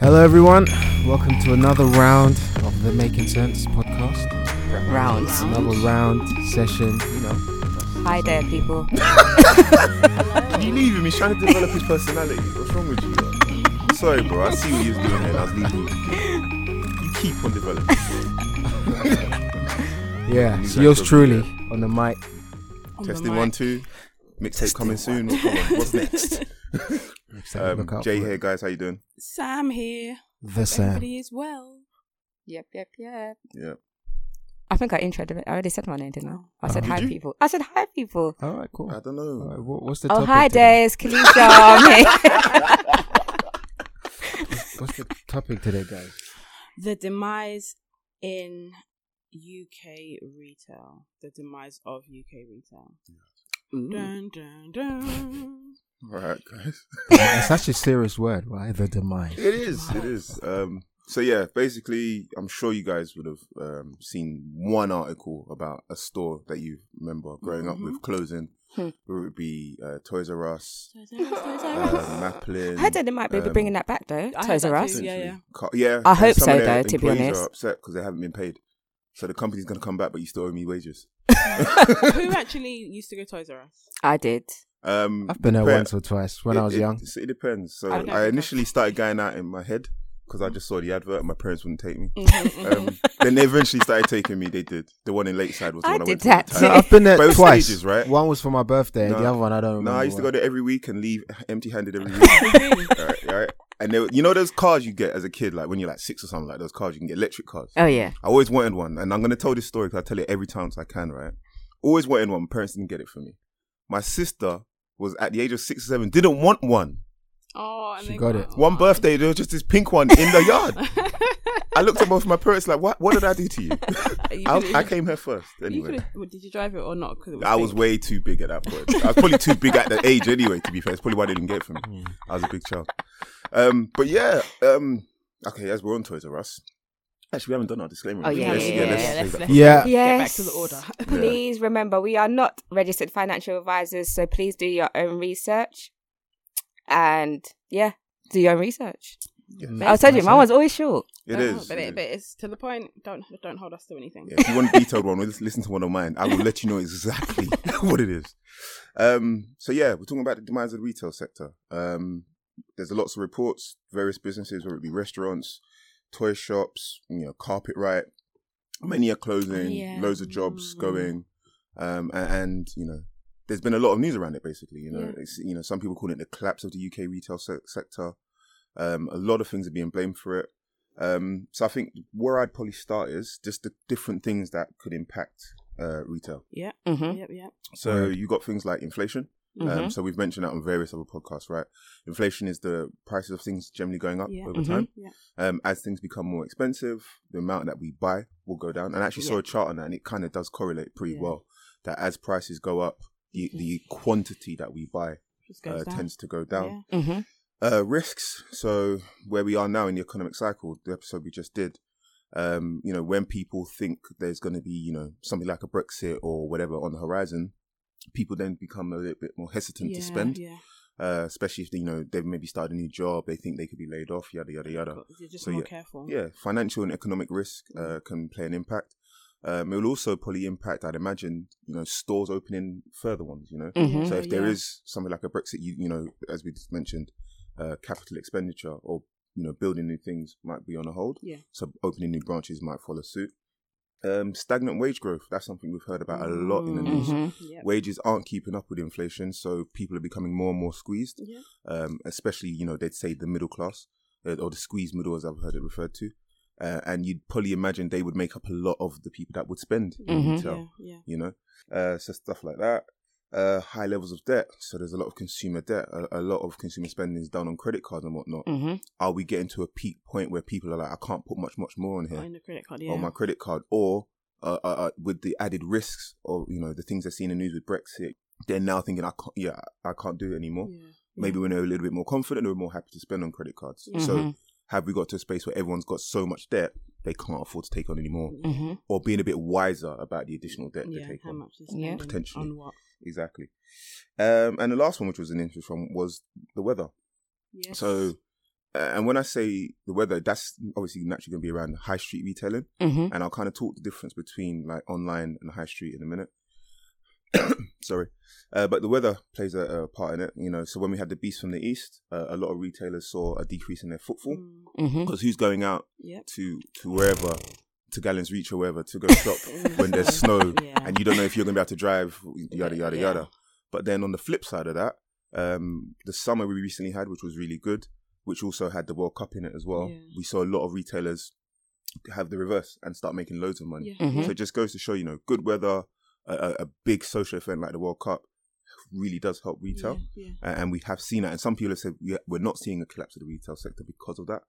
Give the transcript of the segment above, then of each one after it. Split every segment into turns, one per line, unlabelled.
Hello, everyone. Welcome to another round of the Making Sense podcast.
rounds.
Another round session. You know,
Hi there, people.
You leave him. He's trying to develop his personality. What's wrong with you? Bro? Sorry, bro. I see what you was doing there. and I was leaving you. You keep on developing.
yeah.
He's
So yours
like a-
truly on the mic.
Testing one, two. Mixtape coming soon. Come on. What's next?
So
Um,
look out
Jay
for it.
here, guys. How you doing?
Sam here.
The Sam.
Everybody is well.
Yep, yep, yep.
Yeah.
I think I introduced. I already said my name, didn't I? I said
Oh, Did
hi,
you?
people. I said hi, people.
All right, cool.
I don't
All
know.
right, what, what's the
oh,
topic
hi,
today?
there. It's Khaleesha. I'm here.
What's the topic today, guys?
The demise in UK retail. The demise of UK retail. Dun, dun, dun.
All right, guys.
it's such a serious word, right? The demise.
It is. It is. Um, so yeah, basically, I'm sure you guys would have um, seen one article about a store that you remember growing up with closing.
Mm-hmm. Hmm.
Whether it be uh, Toys R Us,
Toys R Us, Toys R Us.
uh, Maplin.
I heard that they might be
um,
bringing that back though.
I heard
Toys
that
R
too,
Us.
yeah.
Co- yeah.
I
and
hope
some
so,
of their
though, to be
employees
honest.
are upset because they haven't been paid, so the company's going to come back, but you still owe me wages.
Who actually used to go Toys R Us?
I did.
Um,
I've been there
but
once or twice when I
it-
was
it-
young.
It, depends. So
I don't know.
I initially started going out in my head because I just saw the advert and my parents wouldn't take me.
Mm-hmm,
Mhm,
Um, then they eventually started taking me. They did. The one in Lakeside was the
I
one I went
did that
to.
too.
No, I've been
But it
there
was
twice.
stages, right?
One was for my birthday,
No.
the other one I don't remember.
No, I used to go
when.
there every week and leave empty-handed every week.
mhm.
all right, all right. And they, were- you know those cars you get as a kid, like when you're like six or something, like those cars you can get electric cars.
Oh yeah.
I always wanted one, and I'm gonna tell this story because I tell it every time so I can, right? Always wanted one. My parents didn't get it for me. My sister was at the age of six or seven, didn't want one.
oh, and
She
they
got it.
One birthday, there was just this pink one in the yard. I looked at both my parents like, "What? What did I do to you?"
You
I,
could've-
I came here first.
You
Anyway,
could've- well, did you drive it or not? 'Cause it
I was
pink.
way too big at that point. I was probably too big at that age anyway. To be fair, it's probably why they didn't get it for
Hmm.
me. I was a big child. Um, but yeah, um, okay. As we're on Toys R Us, actually, we haven't done our disclaimer.
Oh, yeah,
Let's-
yeah,
let's
yeah,
say
let's-
that.
let's-
Yeah.
Yes.
Get back to the order.
please remember, we are not registered financial advisors, so please do your own research. And yeah, do your own research. I told you, mine was always short.
It
Oh,
is.
but,
it
it,
is.
but it's to the point. Don't don't hold us to anything.
Yeah, if you want a detailed one, just listen to one of mine. I will let you know exactly what it is. Um, so yeah, we're talking about the demise of the retail sector. Um, there's lots of reports, various businesses, whether it be restaurants, toy shops, you know, carpet right. Many are closing,
Yeah. Mm-hmm.
loads of jobs going, um, and, and you know, there's been a lot of news around it. Basically, you know,
Yeah.
it's, you know, some people call it the collapse of the UK retail se- sector. Um, a lot of things are being blamed for it. Um, so I think where I'd probably start is just the different things that could impact uh, retail.
Yep.
Mm-hmm.
Yep. Yep.
So you got things like inflation. Um,
Mm-hmm.
Mhm.
so we've mentioned that on various other podcasts, right? Inflation is the prices of things generally going up
Yeah. Mm-hmm.
over
Mhm.
time.
Yeah.
Um, as things become more expensive, the amount that we buy will go down. And I actually saw
Yeah.
a chart on that, and it kind of does correlate pretty
Yeah.
well. That as prices go up, the, the quantity that we buy
Just
uh,
goes down.
tends to go down.
Yeah.
Mhm.
Uh, risks. So where we are now in the economic cycle, the episode we just did, um, you know, when people think there's going to be, you know, something like a Brexit or whatever on the horizon, people then become a little bit more hesitant to
Yeah,
spend,
Yeah.
uh, especially if, you know, they've maybe started a new job, they think they could be laid off, yada, yada, yada.
Cool. Mm-hmm. You're just
So,
more
yeah.
careful.
Yeah, financial and economic risk uh, can play an impact. Um, it will also probably impact, I'd imagine, you know, stores opening further ones, you know.
Mhm.
So
Yeah,
if there
Mm-hmm, yeah.
is something like a Brexit, you, you know, as we just mentioned, uh, capital expenditure or you know building new things might be on a hold.
Yeah.
So opening new branches might follow suit. Um, stagnant wage growth. That's something we've heard about a lot in the news.
Mhm.
Mm-hmm. Yep.
Wages aren't keeping up with inflation, so people are becoming more and more squeezed.
Yeah.
Um, especially you know they'd say the middle class uh, or the squeezed middle, as I've heard it referred to. Uh, and you'd probably imagine they would make up a lot of the people that would spend in
Mhm.
retail
Yeah. Yeah.
you know, uh, so stuff like that. Uh, high levels of debt, so there's a lot of consumer debt. A, a lot of consumer spending is done on credit cards and whatnot.
Mhm.
Are we getting to a peak point where people are like, I can't put much, much more on
Oh,
here
in the credit card. Yeah.
on my credit card, or uh, uh, uh, with the added risks or you know the things they're seeing in the news with Brexit, they're now thinking, I can't, yeah, I can't do it anymore.
Yeah.
Maybe when they're a little bit more confident, they're more happy to spend on credit cards. So
Mm-hmm.
Mhm.
have we got to a space where everyone's got so much debt they can't afford to take on anymore,
Mhm.
or being a bit wiser about the additional debt
Yeah.
they take
How
on?
much
Yeah.
is spending
Potentially.
on what?
Exactly. Um, and the last one, which was an interest one, was the weather.
Yes.
So uh, and when I say the weather, that's obviously naturally going to be around high street retailing.
Mm-hmm.
And I'll kind of talk the difference between like online and high street in a minute. Sorry. Uh, but the weather plays a, a part in it, you know. So when we had the beast from the east, uh, a lot of retailers saw a decrease in their footfall
Mm,
Mm-hmm.
because who's going out
yep.
to to wherever to Gallons Reach or wherever to go shop when there's snow
Yeah.
and you don't know if you're gonna be able to drive, yada yada
Yeah.
yada. But then on the flip side of that, um, the summer we recently had, which was really good, which also had the World Cup in it as well.
Yeah.
We saw a lot of retailers have the reverse and start making loads of money.
Yeah.
Mhm.
So it just goes to show, you know, good weather, a, a, a big social event like the World Cup really does help retail.
Yeah.
Uh, and we have seen that. And some people have said we, we're not seeing a collapse of the retail sector because of that.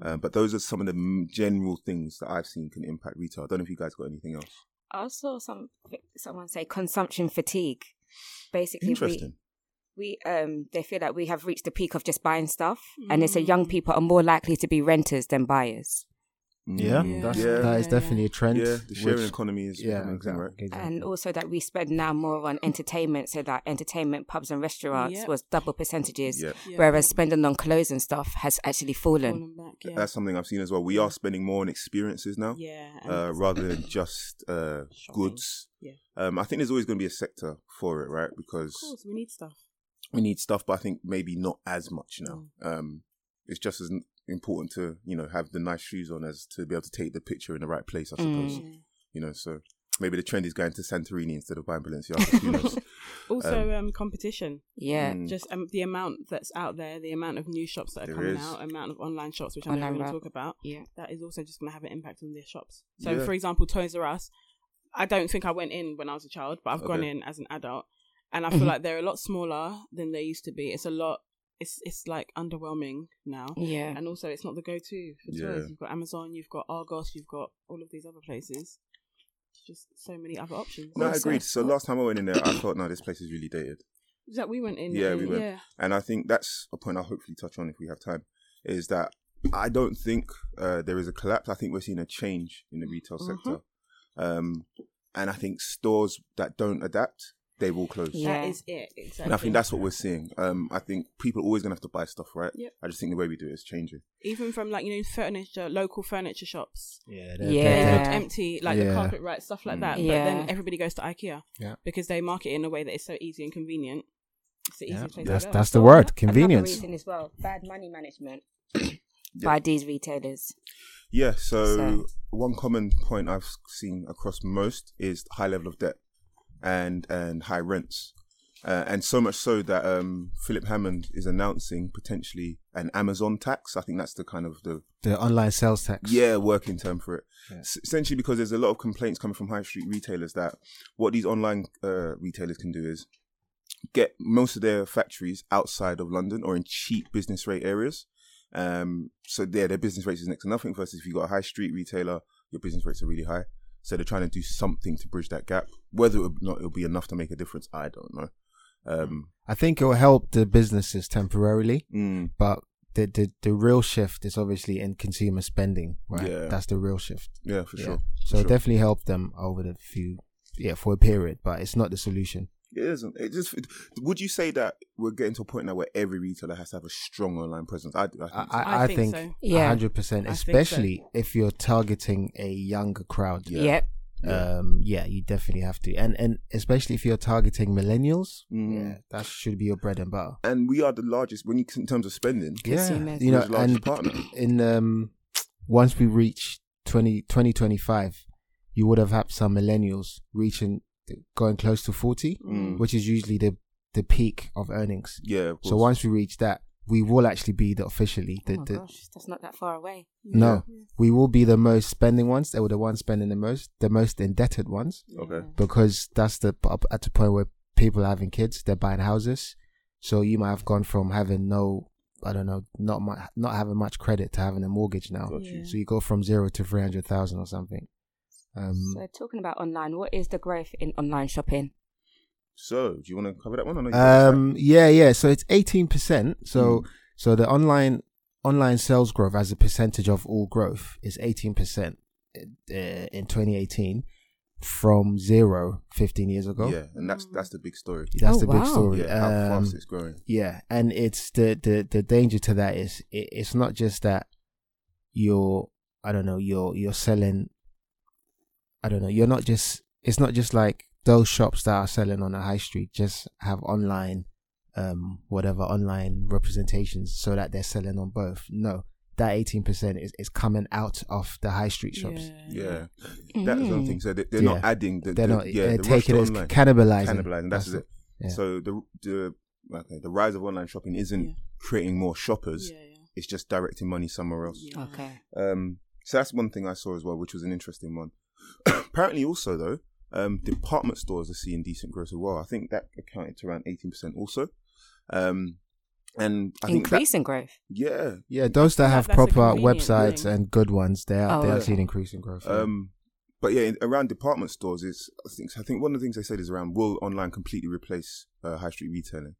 Mm.
Uh, but those are some of the m- general things that I've seen can impact retail. I don't know if you guys got anything else.
I saw some someone say consumption fatigue. Basically, we,
Interesting.
we um they feel like we have reached the peak of just buying stuff, and they say young people are more likely to be renters than buyers.
Yeah,
Mm.
That's,
yeah,
that is
Yeah, yeah.
definitely a trend.
yeah. The sharing
which-
economy is
yeah,
becoming a thing,
exactly.
right?
exactly.
And also that we spend now more on entertainment, so that entertainment pubs and restaurants
Yep.
was double percentages,
Yeah.
Yeah.
whereas spending on clothes and stuff has actually fallen.
Falling back, yeah.
that's something I've seen as well. We are spending more on experiences now,
yeah. and
uh, rather than just uh,
shopping.
goods.
Yeah.
Um, I think there's always going to be a sector for it, right? Because
Of course, we need stuff.
we need stuff, but I think maybe not as much now. Um, it's just as n- important to you know have the nice shoes on as to be able to take the picture in the right place. I
Mm.
suppose you know. So maybe the trend is going to Santorini instead of buying Balenciaga. Who knows?
Also, um, competition.
Yeah,
Mm.
Just um, the amount that's out there, the amount of new shops that are
There
coming
is.
out, amount of online shops, which I
Online
know we're going
ra-
to talk about.
yeah.
that is also just going to have an impact on their shops. So,
Yeah.
for example, Toys R Us, I don't think I went in when I was a child, but I've gone
Okay.
in as an adult, and I feel
Mhm.
like they're a lot smaller than they used to be. It's a lot. It's it's like underwhelming now,
Yeah,
and also it's not the go-to for
Yeah.
toys. You've got Amazon, you've got Argos, you've got all of these other places. Just so many other options.
No, I
Also-
agreed. So last time I went in there, I thought, no, this place is really dated,
Is that we went in?
Yeah, we went.
Yeah,
and I think that's a point I'll hopefully touch on if we have time. Is that I don't think uh, there is a collapse. I think we're seeing a change in the retail
Mhm.
sector, um, and I think stores that don't adapt they will close.
Yeah.
that is it. Exactly.
And I think that's what we're seeing. Um, I think people are always gonna have to buy stuff, right?
Yep.
I just think the way we do it is changing.
even from like you know furniture, local furniture shops.
Yeah,
Yeah.
they
they're-
look empty, like
Yeah.
the carpet right, stuff like
Mm.
that.
Yeah.
But then everybody goes to IKEA
Yeah.
because they market it in a way that is so easy and convenient. It's the
Yeah,
easiest place
that's
to go.
that's the word.
Another
Convenience.
reason as well, bad money management
Yeah.
by these retailers.
Yeah. So,
So-
one common point I've seen across most is high level of debt and and high rents, uh, and so much so that um, Philip Hammond is announcing potentially an Amazon tax. I think that's the kind of the
The online sales tax.
yeah working term for it.
Yeah.
S- essentially, because there's a lot of complaints coming from high street retailers that what these online uh, retailers can do is get most of their factories outside of London or in cheap business rate areas. Um, so there, their business rates is next to nothing. Versus if you got a high street retailer, your business rates are really high. So they're trying to do something to bridge that gap. Whether or not it'll be enough to make a difference, I don't know. Um,
I think it'll help the businesses temporarily.
mm,
but the, the the real shift is obviously in consumer spending, right?
Yeah.
That's the real shift.
yeah, for
Yeah.
sure. for
So
sure.
definitely help them over the few yeah for a period, but it's not the solution.
It isn't. It just. it- would you say that we're getting to a point now where every retailer has to have a strong online presence? I, I think
I
so.
I, I
I
think
think
so. Yeah.
hundred percent,
I think so.
especially if you're targeting a younger crowd.
Yeah.
Yep.
Um, yeah, you definitely have to, and and especially if you're targeting millennials,
Mm.
yeah, that should be your bread and butter.
and we are the largest when you in terms of spending.
Yeah,
Consumers.
you know,
Who's the
and
largest partner? Mm.
in um, once we reach 20, 2025, you would have had some millennials reaching, going close to forty,
Mm.
which is usually the the peak of earnings.
Yeah. Of course.
So once we reach that, we will actually be the officially the,
oh my
the
gosh, that's not that far away.
no, we will be the most spending ones. They were the ones spending the most, the most indebted ones,
Okay.
because that's the up at the point where people are having kids, they're buying houses. So you might have gone from having no, I don't know, not mu not having much credit to having a mortgage now.
Got you.
Yeah.
So you go from zero to three hundred thousand or something. Um,
So talking about online, what is the growth in online shopping?
So do you want to cover that one? I know you got
Um, yeah, yeah. So it's eighteen percent. So
Mm.
so the online online sales growth as a percentage of all growth is eighteen percent uh, in eh, twenty eighteen, from zero 15 years ago.
Yeah, and that's that's the big story.
That's
Oh,
the big
wow.
story.
Yeah, how
Um,
fast it's growing.
yeah, and it's the the the danger to that is it, it's not just that you're I don't know you're you're selling I don't know you're not just it's not just like those shops that are selling on a high street just have online um whatever online representations so that they're selling on both no that 18% is, is coming out of the high street shops
Yeah, that's another thing. So they, they're not
Yeah.
adding. The,
they're
the-
not
yeah,
they're
the rush
taking
to
it as
online.
cannibalizing
cannibalizing. That's, it.
Yeah.
So the the okay, the rise of online shopping isn't
Yeah.
creating more shoppers.
Yeah, yeah.
It's just directing money somewhere else.
yeah.
Okay.
Um, so that's one thing I saw as well, which was an interesting one. Apparently, also though, um, department stores are seeing decent growth as well. I think that accounted to around eighteen percent also. Um, and I think that,
Increasing growth.
yeah,
Yeah, those that
That-
have
that's a
proper
convenient
websites
thing.
and good ones, they are
Oh,
they are
yeah.
seeing increasing growth. yeah.
Um, but yeah, in, around department stores, it's I think I think one of the things they said is around will online completely replace uh, high street retailing,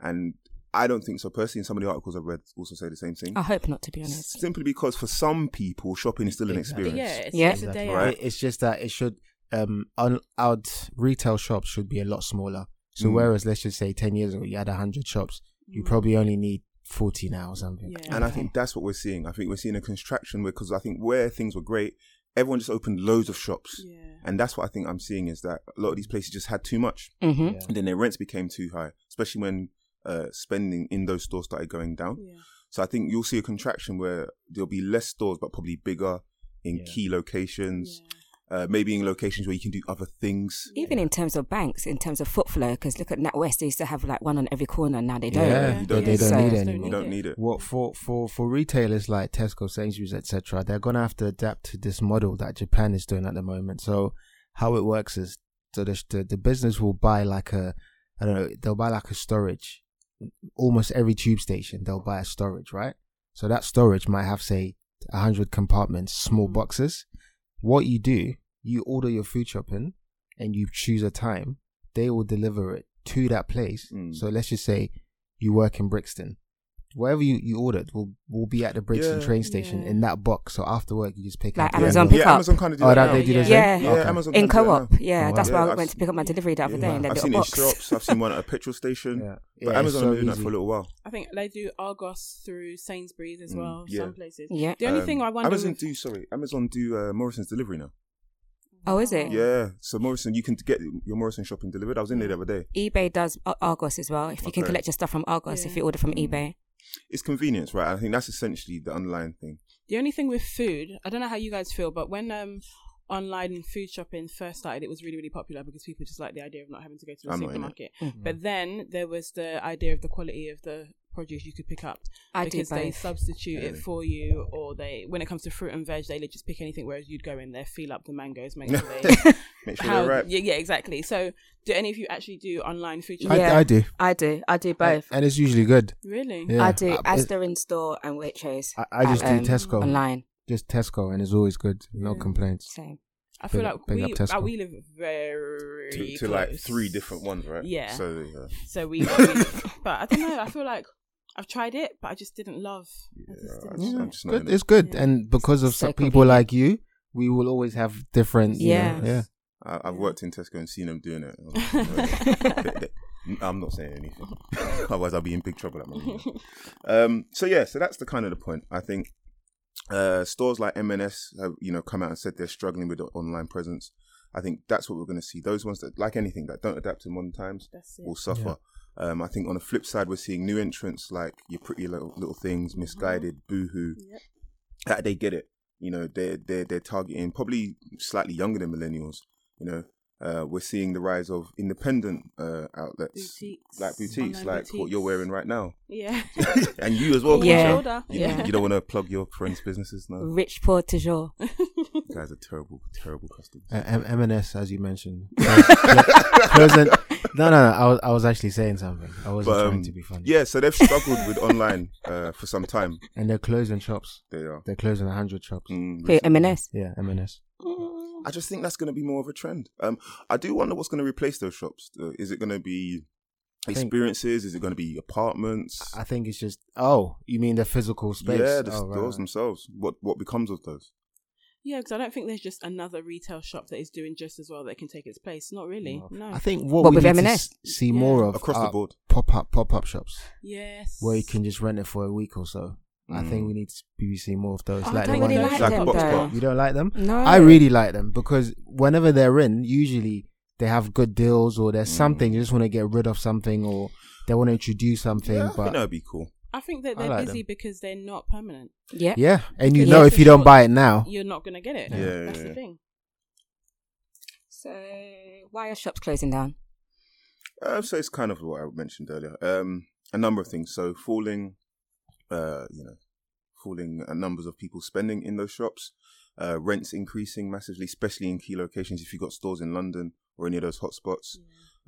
and I don't think so personally. And some of the articles I've read also say the same thing.
I hope not, Oh, to be honest.
Simply because for some people, shopping is still an
Exactly.
But
experience.
yeah, it's,
Yeah.
it's a day
Right.
out.
It- it's just that it should um on out retail shops should be a lot smaller. So
Mm.
whereas let's just say ten years ago you had hundred shops, you
Mm.
probably only need forty now or something.
Yeah.
And I think that's what we're seeing. I think we're seeing a contraction because I think where things were great, everyone just opened loads of shops.
Yeah.
And that's what I think I'm seeing is that a lot of these places just had too much.
Mm-hmm.
Yeah.
And then their rents became too high, especially when uh, spending in those stores started going down.
Yeah.
So I think you'll see a contraction where there'll be less stores, but probably bigger in
Yeah.
key locations,
Yeah.
uh, maybe in locations where you can do other things.
Even in terms of banks, in terms of foot flow, because look at NatWest, they used to have like one on every corner, now they don't.
Yeah,
you don't
they
need
don't
it.
need
So-
it anymore.
You don't need it.
What for for for retailers like Tesco, Sainsbury's, etc. They're gonna have to adapt to this model that Japan is doing at the moment. So how it works is so the the, the business will buy like a I don't know they'll buy like a storage. Almost every tube station they'll buy a storage, right? So that storage might have say hundred compartments, small boxes. What you do, you order your food shopping, and you choose a time. They will deliver it to that place.
Mm.
So let's just say you work in Brixton whatever you, you ordered will will be at the Brixton
Yeah.
train station
Yeah.
in that box. So after work, you just pick
Like
up.
Amazon
yeah.
pick
Yeah,
up.
Amazon kind of do
Oh,
that.
that
now.
they do the
Yeah.
same.
Yeah,
Okay.
Amazon
In
can do that
co op.
now.
Yeah,
Oh,
that's
wow.
why I
Yeah,
went
I've-
to pick up my delivery the other day in that
I've
little
seen
box.
it in shops. I've seen one at a petrol station.
Yeah.
But
Yeah,
Amazon
it's
have
so
been doing that
easy.
for a little while.
I think they do Argos through Sainsbury's as
Mm,
well.
yeah.
Some places.
Yeah.
The only
Um,
thing I wonder.
Amazon
with-
do sorry, Amazon do uh, Morrison's delivery now.
Oh, is it?
Yeah, so Morrison, you can get your Morrison shopping delivered. I was in there the other day.
eBay does Ar- Argos as well. If you can
Okay.
collect your stuff from Argos, if
Yeah.
you order from
Mm.
eBay.
It's convenience, right? I think that's essentially the underlying thing.
The only thing with food, I don't know how you guys feel, but when um online food shopping first started, it was really really popular because people just like the idea of not having to go to the
I'm not in it.
supermarket.
Mm.
But then there was the idea of the quality of the produce you could pick up
I do
because they
both.
substitute it
Yeah.
for you, or they when it comes to fruit and veg, they just pick anything. Whereas you'd go in there, feel up the mangoes, make sure they.
Make sure
How,
they're right.
yeah, yeah, exactly. So, do any of you actually do online food shopping?
I,
Yeah.
I do
I do. I do both.
and it's usually good.
Really?
Yeah.
I do
Uh, it-
Asda in store and Waitrose.
I, I just
at, um,
do Tesco
Online.
just Tesco, and it's always good. No
Yeah.
complaints.
Same.
I feel
Big
like
up- big
we,
up Tesco.
uh, we live very
To, to
close.
like three different ones, right?
Yeah.
So yeah.
So we, we- but I don't know. I feel like I've tried it, but I just didn't love. I just
Yeah,
didn't
I'm
love
I'm
it.
just not
Good,
in it.
it's good,
Yeah.
and because of
So
some people
convenient.
like you, we will always have different. you know,
Yeah.
yeah.
I, I've
Yeah.
worked in Tesco and seen them doing it. They- they- I'm not saying anything, otherwise I'll be in big trouble at my meeting. Um So yeah, so that's the kind of the point. I think uh, stores like M&S have you know come out and said they're struggling with the online presence. I think that's what we're going to see. Those ones that, like anything, that don't adapt to modern times
That's
will
it.
suffer. Um, I think on the flip side, we're seeing new entrants like your pretty little, little things, misguided, boohoo.
Mm. Yep.
That they get it. You know, they're they're they're targeting probably slightly younger than millennials. You know, uh, we're seeing the rise of independent uh, outlets,
Boutiques.
like boutiques,
Online
like what you're
boutiques.
wearing right now,
Yeah.
and you as well.
Over Yeah.
Keisha.
Shoulder.
You,
Yeah. Mm.
you don't want to plug your friends' businesses, no?
Rich poor to jour.
You guys are terrible, terrible customers.
Uh, M- M&S, as you mentioned, Closing- No, no, no. I was, I was actually saying something. I wasn't
But,
trying
um,
to be funny.
yeah, so they've struggled with online uh, for some time.
And they're closing shops.
They are.
They're closing hundred shops.
Mm,
Wait, M&S.
Yeah, M&S.
I just think that's going to be more of a trend. Um, I do wonder what's going to replace those shops. Uh, is it going to be
I think-
experiences? Is it going to be apartments?
I think it's just oh, you mean the physical space?
Yeah, the
Oh, right,
stores
right.
themselves. What what becomes of those?
Yeah, because I don't think there's just another retail shop that is doing just as well that can take its place. Not really. No.
I think what,
What,
we
with
need to
M&S?
s- see more of uh,
Across the board.
pop up pop up shops
yes.
where you can just rent it for a week or so. I think
Mm.
we need to be seeing more of those.
Oh, I
like the
don't
one
really
that-
like
Like
them
box
though.
bar.
You don't like them?
No.
I really like them because whenever they're in, usually they have good deals or
Mm.
there's something you just want to get rid of something or they want to introduce something.
Yeah,
but
I think that would be cool.
I think that
I
they're
like
busy
them.
because they're not permanent.
Yeah.
yeah, and you
Yeah,
know
for
if you don't
sure.
buy it now,
You're not going to get it.
Yeah, Oh. yeah,
That's
yeah.
the thing.
So why are shops closing down?
Uh, so it's kind of what I mentioned earlier. Um, a number of things. So falling, uh, you know, falling uh, numbers of people spending in those shops, uh, rents increasing massively, especially in key locations. If you've got stores in London or any of those hotspots,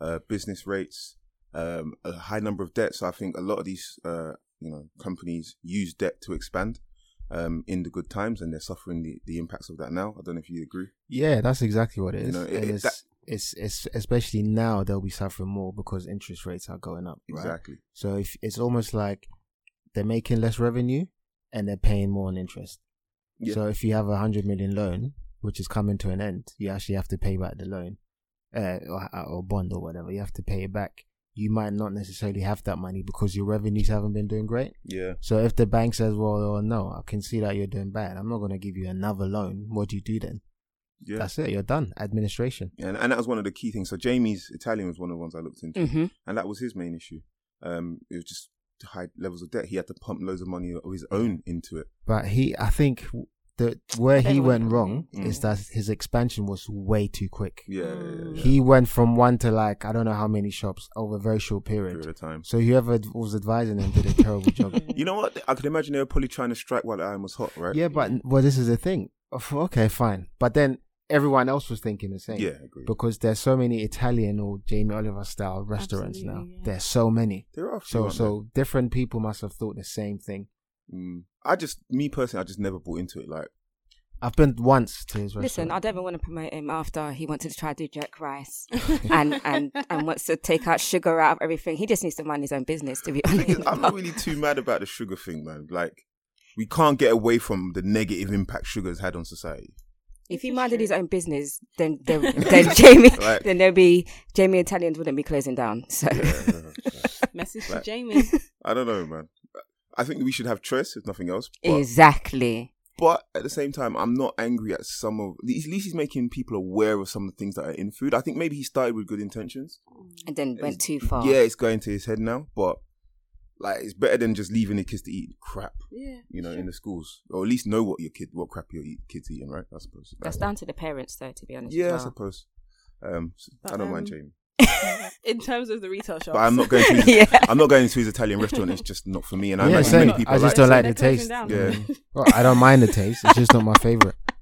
uh, business rates, um, a high number of debt. So I think a lot of these, uh, you know, companies use debt to expand. Um, in the good times, and they're suffering the, the impacts of that now. I don't know if you agree.
yeah, that's exactly what it
You
is.
know, it-
And
it-
it's,
that-
it's it's especially now they'll be suffering more because interest rates are going up. Right?
Exactly.
So if it's almost like they're making less revenue and they're paying more on interest.
Yeah.
So if you have a hundred million loan, which is coming to an end, you actually have to pay back the loan, uh, or, or bond or whatever. You have to pay it back. You might not necessarily have that money because your revenues haven't been doing great.
Yeah.
So if the bank says, "Well, oh, no, I can see that you're doing bad. I'm not going to give you another loan." What do you do then?
Yeah.
That's it. You're done. Administration.
and, and that was one of the key things. So Jamie's Italian was one of the ones I looked
Mm.
into.
Mm-hmm.
and that was his main issue. Um, it was just high levels of debt. He had to pump loads of money of his own into it.
But he, I think, the where he
Everyone-
went wrong
Mm.
is that his expansion was way too quick.
Yeah,
Mm.
yeah, yeah, yeah.
He went from one to like I don't know how many shops over a very short
period
period.
of time.
So whoever d- was advising him did a terrible job.
You know what? I could imagine they were probably trying to strike while the iron was hot, right?
Yeah, but well, this is the thing. Of- Okay, fine. But then everyone else was thinking the same.
yeah, I agree.
Because there's so many Italian or Jamie Oliver style restaurants
Absolutely,
now.
yeah.
There's so many.
there are a few,
So
aren't
so different people must have thought the same thing.
there? Mm. I just, me personally, I just never bought into it. Like,
I've been once to his restaurant.
Listen, I don't even want to promote him after he wanted to try to do jerk rice and, and, and wants to take out sugar out of everything. He just needs to mind his own business, to be honest.
I'm not really too mad about the sugar thing, man. Like, we can't get away from the negative impact sugar's had on society.
if he
This is
minded
true.
his own business, then then, then Jamie,
Right.
then there'll be Jamie Italians wouldn't be closing down. So
Yeah.
Message to
Right.
Jamie.
I don't know, man. I think we should have choice, if nothing else. but-
exactly.
But at the same time, I'm not angry at some of. At least he's making people aware of some of the things that are in food. I think maybe he started with good intentions.
And then went too far.
Yeah, it's going to his head now, but like it's better than just leaving the kids to eat crap,
Yeah.
you know, in the schools, or at least know what your kid, what crap your eat, kids eating, right? I suppose.
That's down to the parents, though, to be honest.
Yeah, I
as well.
suppose. Um, so I
But,
don't mind
um,
Jamie,
In terms of the retail shops.
but I'm not going to. His,
Yeah.
I'm not going to his Italian restaurant. It's just not for me, and I
Yeah,
imagine
same.
many people
I just
like
don't like
They're
the
closing
taste.
down.
Yeah.
Well, I don't mind the taste. It's just not my favorite.
I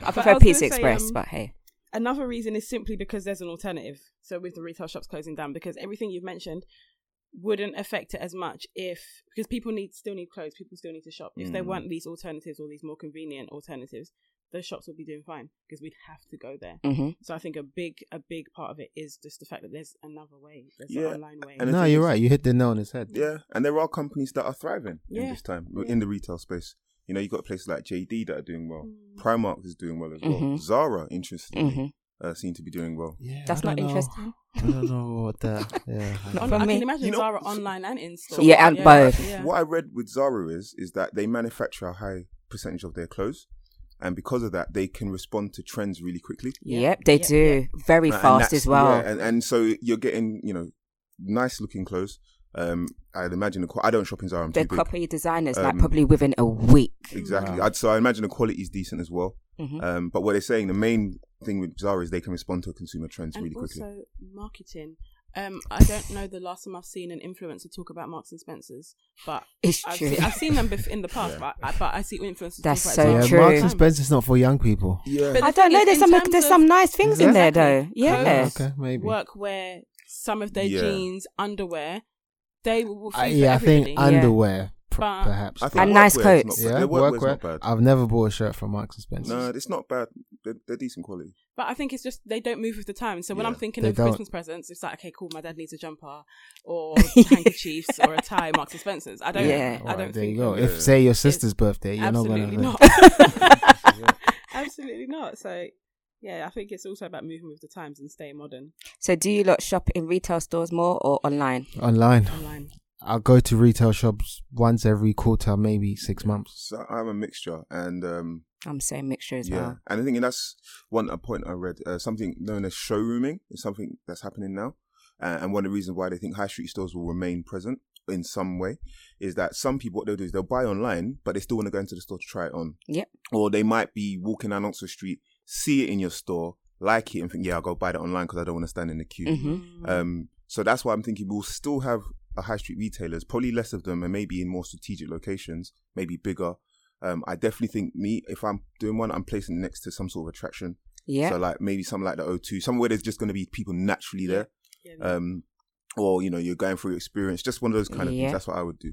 But
prefer
I was gonna
Pizza
say,
Express,
um,
but hey.
Another reason is simply because there's an alternative. So with the retail shops closing down, because everything you've mentioned wouldn't affect it as much if because people need still need clothes, people still need to shop. If there
Mm.
weren't these alternatives or these more convenient alternatives, those shops would be doing fine because we'd have to go
Mm.
there.
hmm
So I think a big a big part of it is just the fact that there's another way. There's
Yeah,
an online way.
and I
no,
think
you're
it's-
right. You hit the nail on his head.
Yeah, and there are companies that are thriving in
Yeah.
this time
Yeah.
in the retail space. You know, you've got places like JD that are doing well.
Mm.
Primark is doing well as well.
Mhm.
Zara, interestingly,
Mhm.
uh, seem to be doing well.
Yeah,
That's
I
not
don't know.
interesting.
I don't know what that. Yeah. I
On-
For
I
me-
can imagine
You know-
Zara online and in store.
Yeah, and both.
Yeah.
What I read with Zara is is that they manufacture a high percentage of their clothes, and because of that, they can respond to trends really quickly.
Yeah.
Yep, they
Yeah.
do. Very
Uh, and
fast
that's-
as well.
yeah, and, and so you're getting, you know, nice looking clothes. Um, I'd imagine the qu- I don't shop in Zara. I'm
They
too big.
copy designers like
Um,
probably within a week.
Exactly.
Wow.
I'd, so I imagine the quality is decent as well.
Mhm.
Um, but what they're saying, the main thing with Zara is they can respond to consumer trends
and
really quickly.
also marketing. Um, I don't know the last time I've seen an influencer talk about Marks and Spencers, but
It's
I've,
true.
seen- I've seen them bef- in the past.
Yeah.
But, I, but I see influencers.
That's
talk
so
about it all
yeah,
the
true.
Marks and
time.
Spencer's not for young people.
Yeah.
But
I don't
the thing
know.
is,
There's
in
some
terms
there's
of-
some nice things in there though.
Exactly.
Oh,
Yeah.
Yes.
Oh, Okay, maybe.
Workwear, some of their
Yeah.
jeans, underwear, they will.
I- yeah, I think
I-
underwear, per-
But-
perhaps.
I think
And nice
workwear is
coats.
Not,
yeah,
their workwear's
workwear.
not bad.
I've never bought a shirt from Marks and Spencer.
No, it's not bad. They're, they're decent quality.
But I think it's just they don't move with the time. So when
Yeah.
I'm thinking
They
of
don't.
Christmas presents, it's like okay, cool. My dad needs a jumper or handkerchiefs or a tie, Marks and Spencers. I don't.
Yeah.
I don't
there
think
you go.
Yeah.
If say your sister's birthday, you're not
Absolutely
gonna.
not.
Yeah.
absolutely not. So, yeah, I think it's also about moving with the times and staying modern
So do you lot shop in retail stores more or online?
Online.
online.
I'll go to retail shops once every quarter, maybe six months.
So I'm a mixture, and um,
I'm saying mixture as well.
And I think that's one a point I read. Uh, something known as showrooming is something that's happening now. Uh, and one of the reasons why they think high street stores will remain present in some way is that some people, what they'll do is they'll buy online, but they still want to go into the store to try it on.
Yep.
Or they might be walking down Oxford Street, see it in your store, like it, and think, yeah, I'll go buy that online because I don't want to stand in the queue.
hmm
Um, so that's why I'm thinking we'll still have a high street retailers, probably less of them, and maybe in more strategic locations, maybe bigger. Um, I definitely think me, if I'm doing one, I'm placing it next to some sort of attraction.
Yeah.
So like maybe something like the O2, somewhere there's just going to be people naturally there.
Yeah,
Um, or you know you're going through experience, just one of those kind of
Yeah.
things. That's what I would do.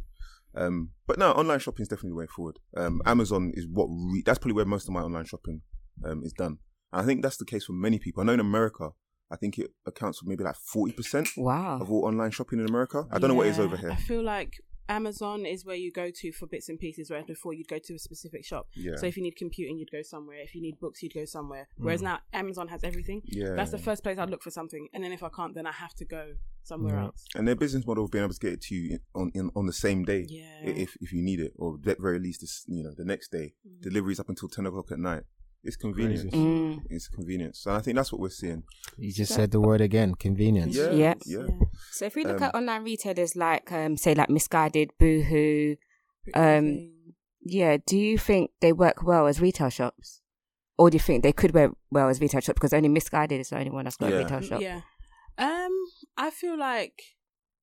Um, but no, online shopping is definitely the way forward. Um, Amazon is what re- that's probably where most of my online shopping um, is done. And I think that's the case for many people. I know in America, I think it accounts for maybe like forty percent
Wow.
of all online shopping in America. I don't know what it is
Yeah,
over here.
I feel like Amazon is where you go to for bits and pieces, whereas before you'd go to a specific shop.
Yeah.
So if you need computing, you'd go somewhere. If you need books, you'd go somewhere.
Hmm.
Whereas now Amazon has everything.
Yeah.
That's the first place I'd look for something, and then if I can't, then I have to go somewhere
Yeah.
else.
And their business model of being able to get it to you in- on in, on the same day,
Yeah.
i- if if you need it, or at very least, this, you know, the next day.
Mm.
Deliveries up until ten o'clock at night. It's convenient.
Crazy.
Mm.
It's convenience, and I think that's what we're seeing.
You just said the word again, convenience.
Yeah,
Yeah.
yeah.
So if we look
Um,
at online retailers like um say like Misguided, Boohoo, Um, yeah, do you think they work well as retail shops? Or do you think they could work well as retail shops? Because only Misguided is the only one that's got
Yeah.
a retail shop.
Yeah. Um, I feel like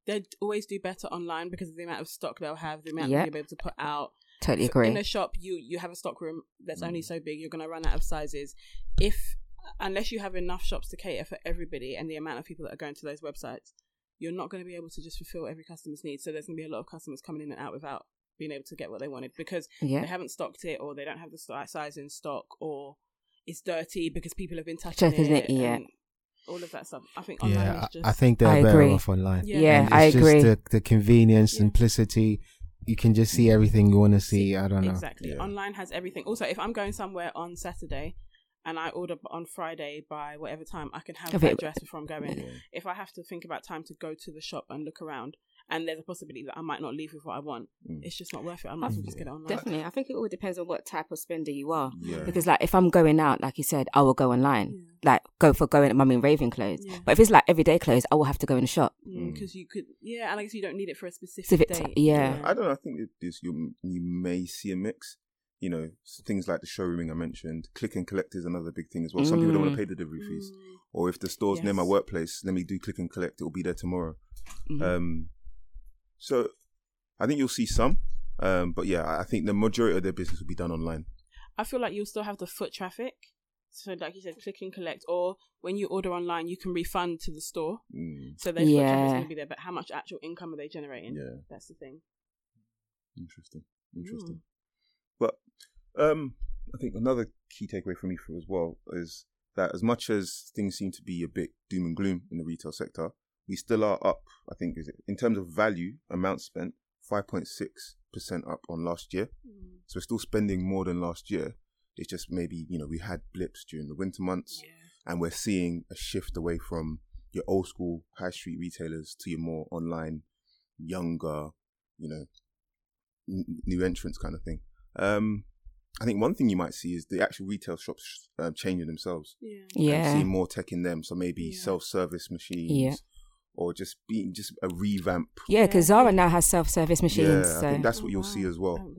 they'd always do better online because of the amount of stock they'll have, the amount
Yeah.
you'll be able to put out.
Totally
So
agree. Mm.
In a shop, you you have a stock room that's only so big. You're gonna run out of sizes. If unless you have enough shops to cater for everybody and the amount of people that are going to those websites, you're not going to be able to just fulfill every customer's needs. So there's going to be a lot of customers coming in and out without being able to get what they wanted because
yeah.
they haven't stocked it or they don't have the sti- size in stock or it's dirty because people have been touching
Touching it,
it.
yeah.
and All of that stuff. I think online
Yeah,
is just
I, I think they're
I
better
agree.
off online.
Yeah.
Yeah,
And
I
it's
agree.
Just the, the convenience,
Yeah.
simplicity. You can just see everything you want to see. I don't know.
Exactly.
Yeah.
Online has everything. Also, if I'm going somewhere on Saturday and I order b- on Friday by whatever time, I can have
If
that
it-
dress before I'm going. If I have to think about time to go to the shop and look around, and there's a possibility that I might not leave with what I want,
Mm.
it's just not worth it. I might as well just get it online.
Definitely. I think it all depends on what type of spender you are.
Yeah.
Because like if I'm going out, like you said, I will go online. Like go for going I mean raving clothes.
Yeah.
But if it's like everyday clothes, I will have to go in the shop.
Mm.
Because Mm, you could, yeah, and I guess you don't need it for a specific,
Civic
day.
ti- yeah.
I don't know. I think it is, you, you may see a mix. You know, s- things like the showrooming I mentioned, click and collect is another big thing as well. Some people don't want to pay the delivery fees. Or if the store's near my
Yes.
workplace, let me do click and collect. It'll be there tomorrow. Um, so I think you'll see some. Um, but yeah, I I think the majority of their business will be done online.
I feel like you'll still have the foot traffic. So, like you said, click and collect, or when you order online, you can refund to the store.
Mm,
So their foot traffic's
Yeah.
going to be there, but how much actual income are they generating?
Yeah.
That's the thing.
interesting. Interesting. But um, I think another key takeaway for me for as well is that as much as things seem to be a bit doom and gloom in the retail sector, we still are up. I think is it in terms of value amount spent, five point six percent up on last year. So we're still spending more than last year. It's just maybe you know we had blips during the winter months, and we're seeing a shift away from your old school high street retailers to your more online, younger, you know, n- new entrants kind of thing. Um, I think one thing you might see is the actual retail shops uh, changing themselves.
Yeah.
And
Yeah.
seeing more tech in them, so maybe
Yeah.
self-service machines,
Yeah.
or just being just a revamp.
Yeah, because
Yeah.
Zara now has self service machines.
yeah,
so
I think
Oh,
that's what you'll see as well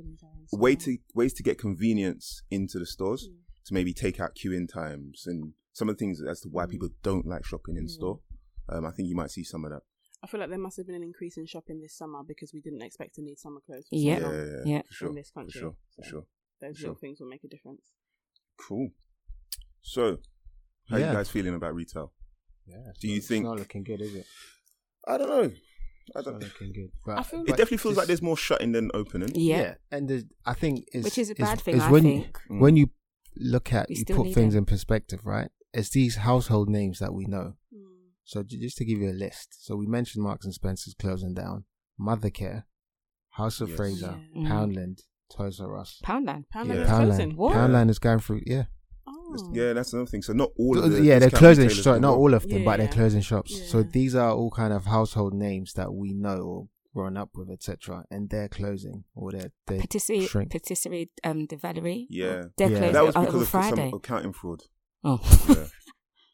way to ways to get convenience into the stores to maybe take out queuing times and some of the things as to why people don't like shopping in store. Um, I think you might see some of that.
I feel like there must have been an increase in shopping this summer because we didn't expect to need summer clothes. for so
Yeah.
yeah,
long.
yeah,
Yeah.
for sure,
In this
for
country,
sure, for
so.
sure.
Those
Sure.
little things will make a difference.
Cool. So, how
Yeah.
you guys feeling about retail?
Yeah,
Do you think-
It's not looking good, is it?
I don't know. I
It's not
don't. It
looking good. But,
I feel like-
definitely feels like
this.
there's more shutting than opening.
yeah.
and there's- I think it's,
Which is a
it's-
bad thing,
Is
I
when
think.
You, when you look at,
We
you
still
put
need
things
them.
in perspective, right? It's these household names that we know.
Mm.
So ju- just to give you a list, so we mentioned Marks and Spencer's closing down, Mothercare, House of
Yes.
Fraser,
Yeah.
Mm.
Poundland, Toys R Us.
Poundland.
Poundland
Yeah.
is
Poundland,
frozen.
What?
Poundland is going through. Yeah,
Oh, Oh.
Yeah, that's another thing. So not all
Th-
of the
yeah, they're
discount
closing
retailers
shops.
will
Not
work.
all of them, but they're
Yeah.
closing shops. So
Yeah.
these are all kind of household names that we know or grown up with, etc. And they're closing or they're they
Patisserie,
shrink.
patisserie, um, the Valerie.
Yeah.
they're
Yeah.
closed
That was
on-
because
on
of
Friday.
some accounting fraud.
oh.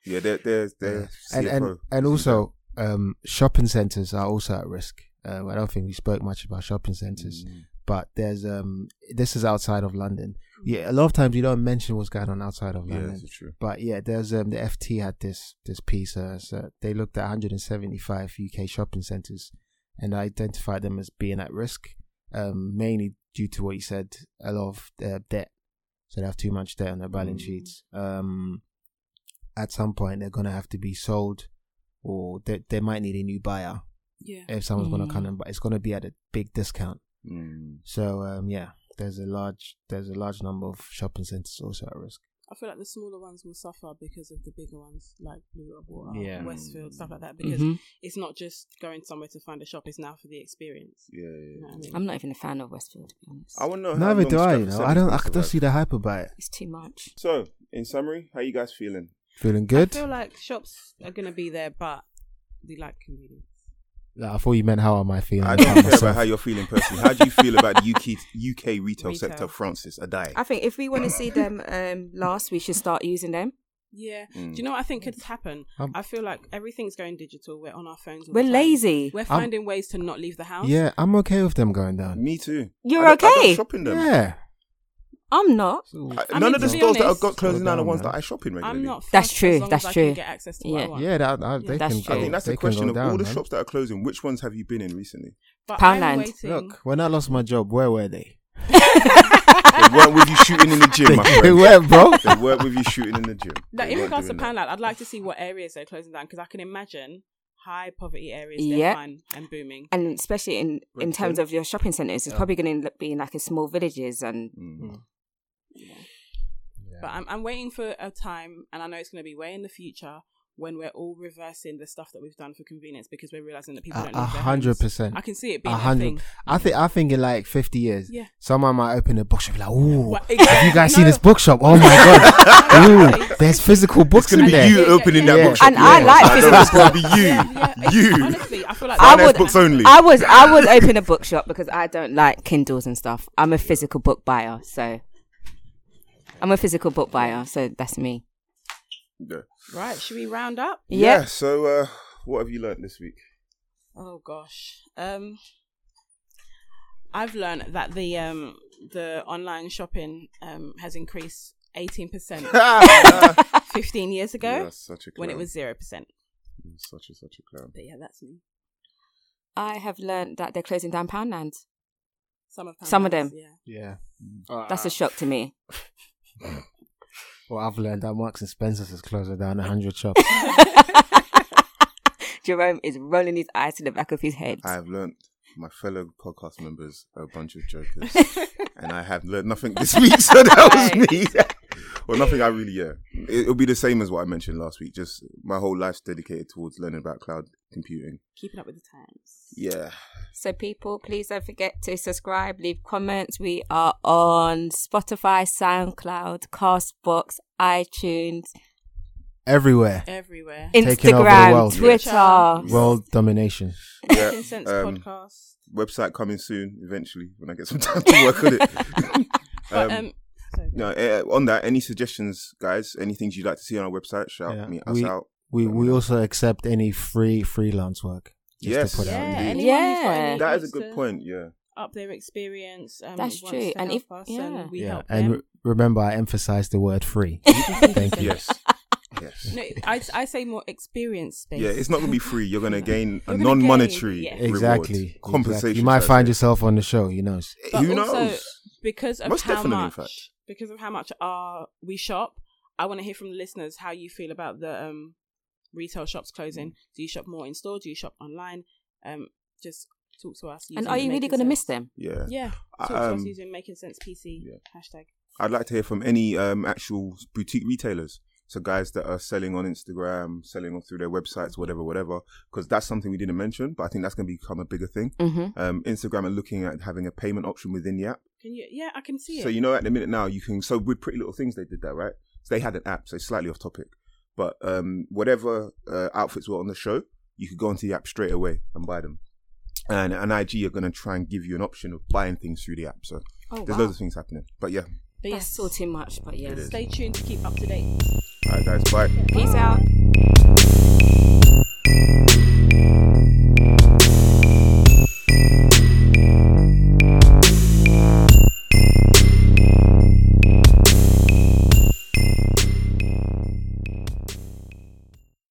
Yeah, yeah, they're they're, they're
and and
CFO.
and also um, shopping centers are also at risk. Um, I don't think we spoke much about shopping centers,
Mm.
but there's um this is outside of London. Yeah, a lot of times you don't mention what's going on outside of
Yeah,
London.
this is true.
But yeah, there's um, the FT had this this piece. Uh, so they looked at 175 UK shopping centres and identified them as being at risk, um, mainly due to what you said, a lot of uh, debt. So they have too much debt on their balance
Mm.
sheets. Um, at some point, they're gonna have to be sold, or they they might need a new buyer
Yeah.
if someone's gonna
Mm.
come in. But it's gonna be at a big discount.
Mm.
So um, yeah, there's a large there's a large number of shopping centres also at risk.
I feel like the smaller ones will suffer because of the bigger ones, like Blue Rock Water,
Yeah.
Westfield, stuff like that. Because
Mhm.
Mm-hmm.
it's not just going somewhere to find a shop; it's now for the experience.
Yeah, yeah,
You know what I
yeah.
mean?
I'm not even a fan of Westfield, to be honest.
I wouldn't know. how
Neither
long
do I.
Stratford
You know,
Seven
I don't. I
survived.
don't see the hype about it.
it's too much.
So, in summary, how you guys feeling?
Feeling good?
I feel like shops are gonna be there, but we like convenience.
Like, I thought you meant how am I feeling?
I don't care about
myself.
how you're feeling personally. How do you feel about the UK UK retail,
Retail.
sector, Francis? A die.
I think if we want to see them um, last, we should start using them.
Yeah.
Mm.
Do you know what I think could happen?
Um,
I feel like everything's going digital. We're on our phones. all the
We're
time.
lazy.
We're finding ways to not leave the house.
Yeah, I'm okay with them going down.
Me too.
You're
I don't- I don't
okay?
shop in them.
Yeah.
I'm not.
I-
I
none
mean,
of the
to be
stores that I've
honest-
got closing
Slow
down
down,
are ones
man.
that I shop in regularly.
I'm not.
That's
fussed
true,
As long
that's
as I
true.
Can get access to what I
Yeah.
want.
yeah, that, I, they
That's
can,
true.
I think that's
they
the
can go
question of all
down,
the
man.
shops that are closing. Which ones have you been in recently?
But
Poundland.
I'm waiting.
Look, when I lost my job, where were they?
they weren't with you shooting in the gym, my
they
friend.
were, bro.
They weren't with you shooting in the gym.
Like,
They
in
weren't
regards to
doing that.
Poundland, I'd like to see what areas they're closing down because I can imagine high poverty areas
Yeah.
they're fine and booming.
And especially in, in terms of your shopping centres, it's probably going to be in like in small villages and
Mm.
But I'm, I'm waiting for a time, and I know it's going to be way in the future when we're all reversing the stuff that we've done for convenience because we're realizing that people
A
don't.
a
leave their
hundred
homes.
percent.
I can see it
A
being a
hundred.
thing.
I think. I think in like fifty years,
Yeah.
someone might open a bookshop. Like, ooh,
Well,
have you guys
exactly.
seen this
No.
bookshop? Oh my god, ooh, there's physical
It's
books
gonna
in
be
there.
you
Yeah,
opening
yeah,
that
yeah.
bookshop.
And I
yeah.
like
know
physical
It's gonna be you,
Yeah, yeah.
you.
Honestly, I feel like
I
Finance
would-
books only.
I would I would open a bookshop because I don't like Kindles and stuff. I'm a physical book buyer, so I'm a physical book buyer, so that's me.
Yeah.
Right, should we round up?
Yeah.
Yeah. So, uh, what have you learnt this week?
Oh gosh. Um I've learned that the um the online shopping um has increased 18% 15 years ago
You're such a
when it
clown.
was 0%. But
You're such a such a clown.
yeah, that's me.
I have learned that they're closing down Poundland.
Some of
Some of
Poundland's,
them.
Yeah.
Yeah.
That's a shock to me.
Well, I've learned that Marks and Spencers is closing down hundred shops.
Jerome is rolling his eyes to the back of his head.
I have learnt my fellow podcast members are a bunch of jokers, and I have learnt nothing this week. So that was me. well, nothing I really. Yeah, it, will be the same as what I mentioned last week. Just my whole life's dedicated towards learning about cloud computing.
Keeping up with the times.
Yeah,
So, people, please don't forget to subscribe, leave comments. We are on Spotify, SoundCloud, Castbox, iTunes,
Everywhere,
Everywhere.
Taking over the
Instagram,
world.
Twitter.
world domination.
yeah.
Common Sense
um,
podcast.
website coming soon eventually when I get some time to work on it. um,
But, um, sorry.
No, uh, on that, any suggestions, guys? Any things you'd like to see on our website? Shout
Yeah,
me us
we-
out.
We we also accept any free freelance work. Just
Yes.
to put
yeah,
it out
indeed.
there.
anyone who's got
Yeah.
any
That is a
needs
good
to
point. Yeah,
Up their experience. Um,
That's
wants
true.
to
And
help
if-
us
yeah.
and we
yeah.
help
And
them.
re- remember, I emphasize the word free. Thank you.
yes, yes.
No, I, I say more experience based.
Yeah, it's not gonna be free. You're gonna gain a
You're gonna
non-monetary
gain, yeah.
reward,
Exactly. Exactly.
compensation.
You might
should I
find
say.
yourself on the show. You know.
But
Who
also,
knows?
because of
Most
how
definitely, in
much,
fact.
because of how much uh, we shop. I want to hear from the listeners how you feel about the um, retail shops
Mm.
closing. Do you shop more in store? Do you shop online? Um, just talk to us.
And
using
are you really
Making
going to
Sense.
miss them?
Yeah.
Yeah,
I-
talk to us
um,
using Making Sense PC
yeah.
hashtag.
I'd like to hear from any um, actual boutique retailers. So guys that are selling on Instagram, selling on through their websites, whatever, whatever. Because that's something we didn't mention, but I think that's gonna become a bigger thing.
Mm-hmm.
Um, Instagram are looking at having a payment option within the app.
Can you? Yeah, I can see
So
it.
you know, at the minute now, you can. So with Pretty Little Things, they did that, right? So they had an app, so it's slightly off topic. But um, whatever uh, outfits were on the show, you could go onto the app straight away and buy them. And, and IG are going to try and give you an option of buying things through the app. So
Oh,
there's
wow.
loads of things happening. But yeah,
But
That's
yes,
still too much, but yeah.
It is.
stay tuned to keep up to date.
all right, guys, bye.
Peace out.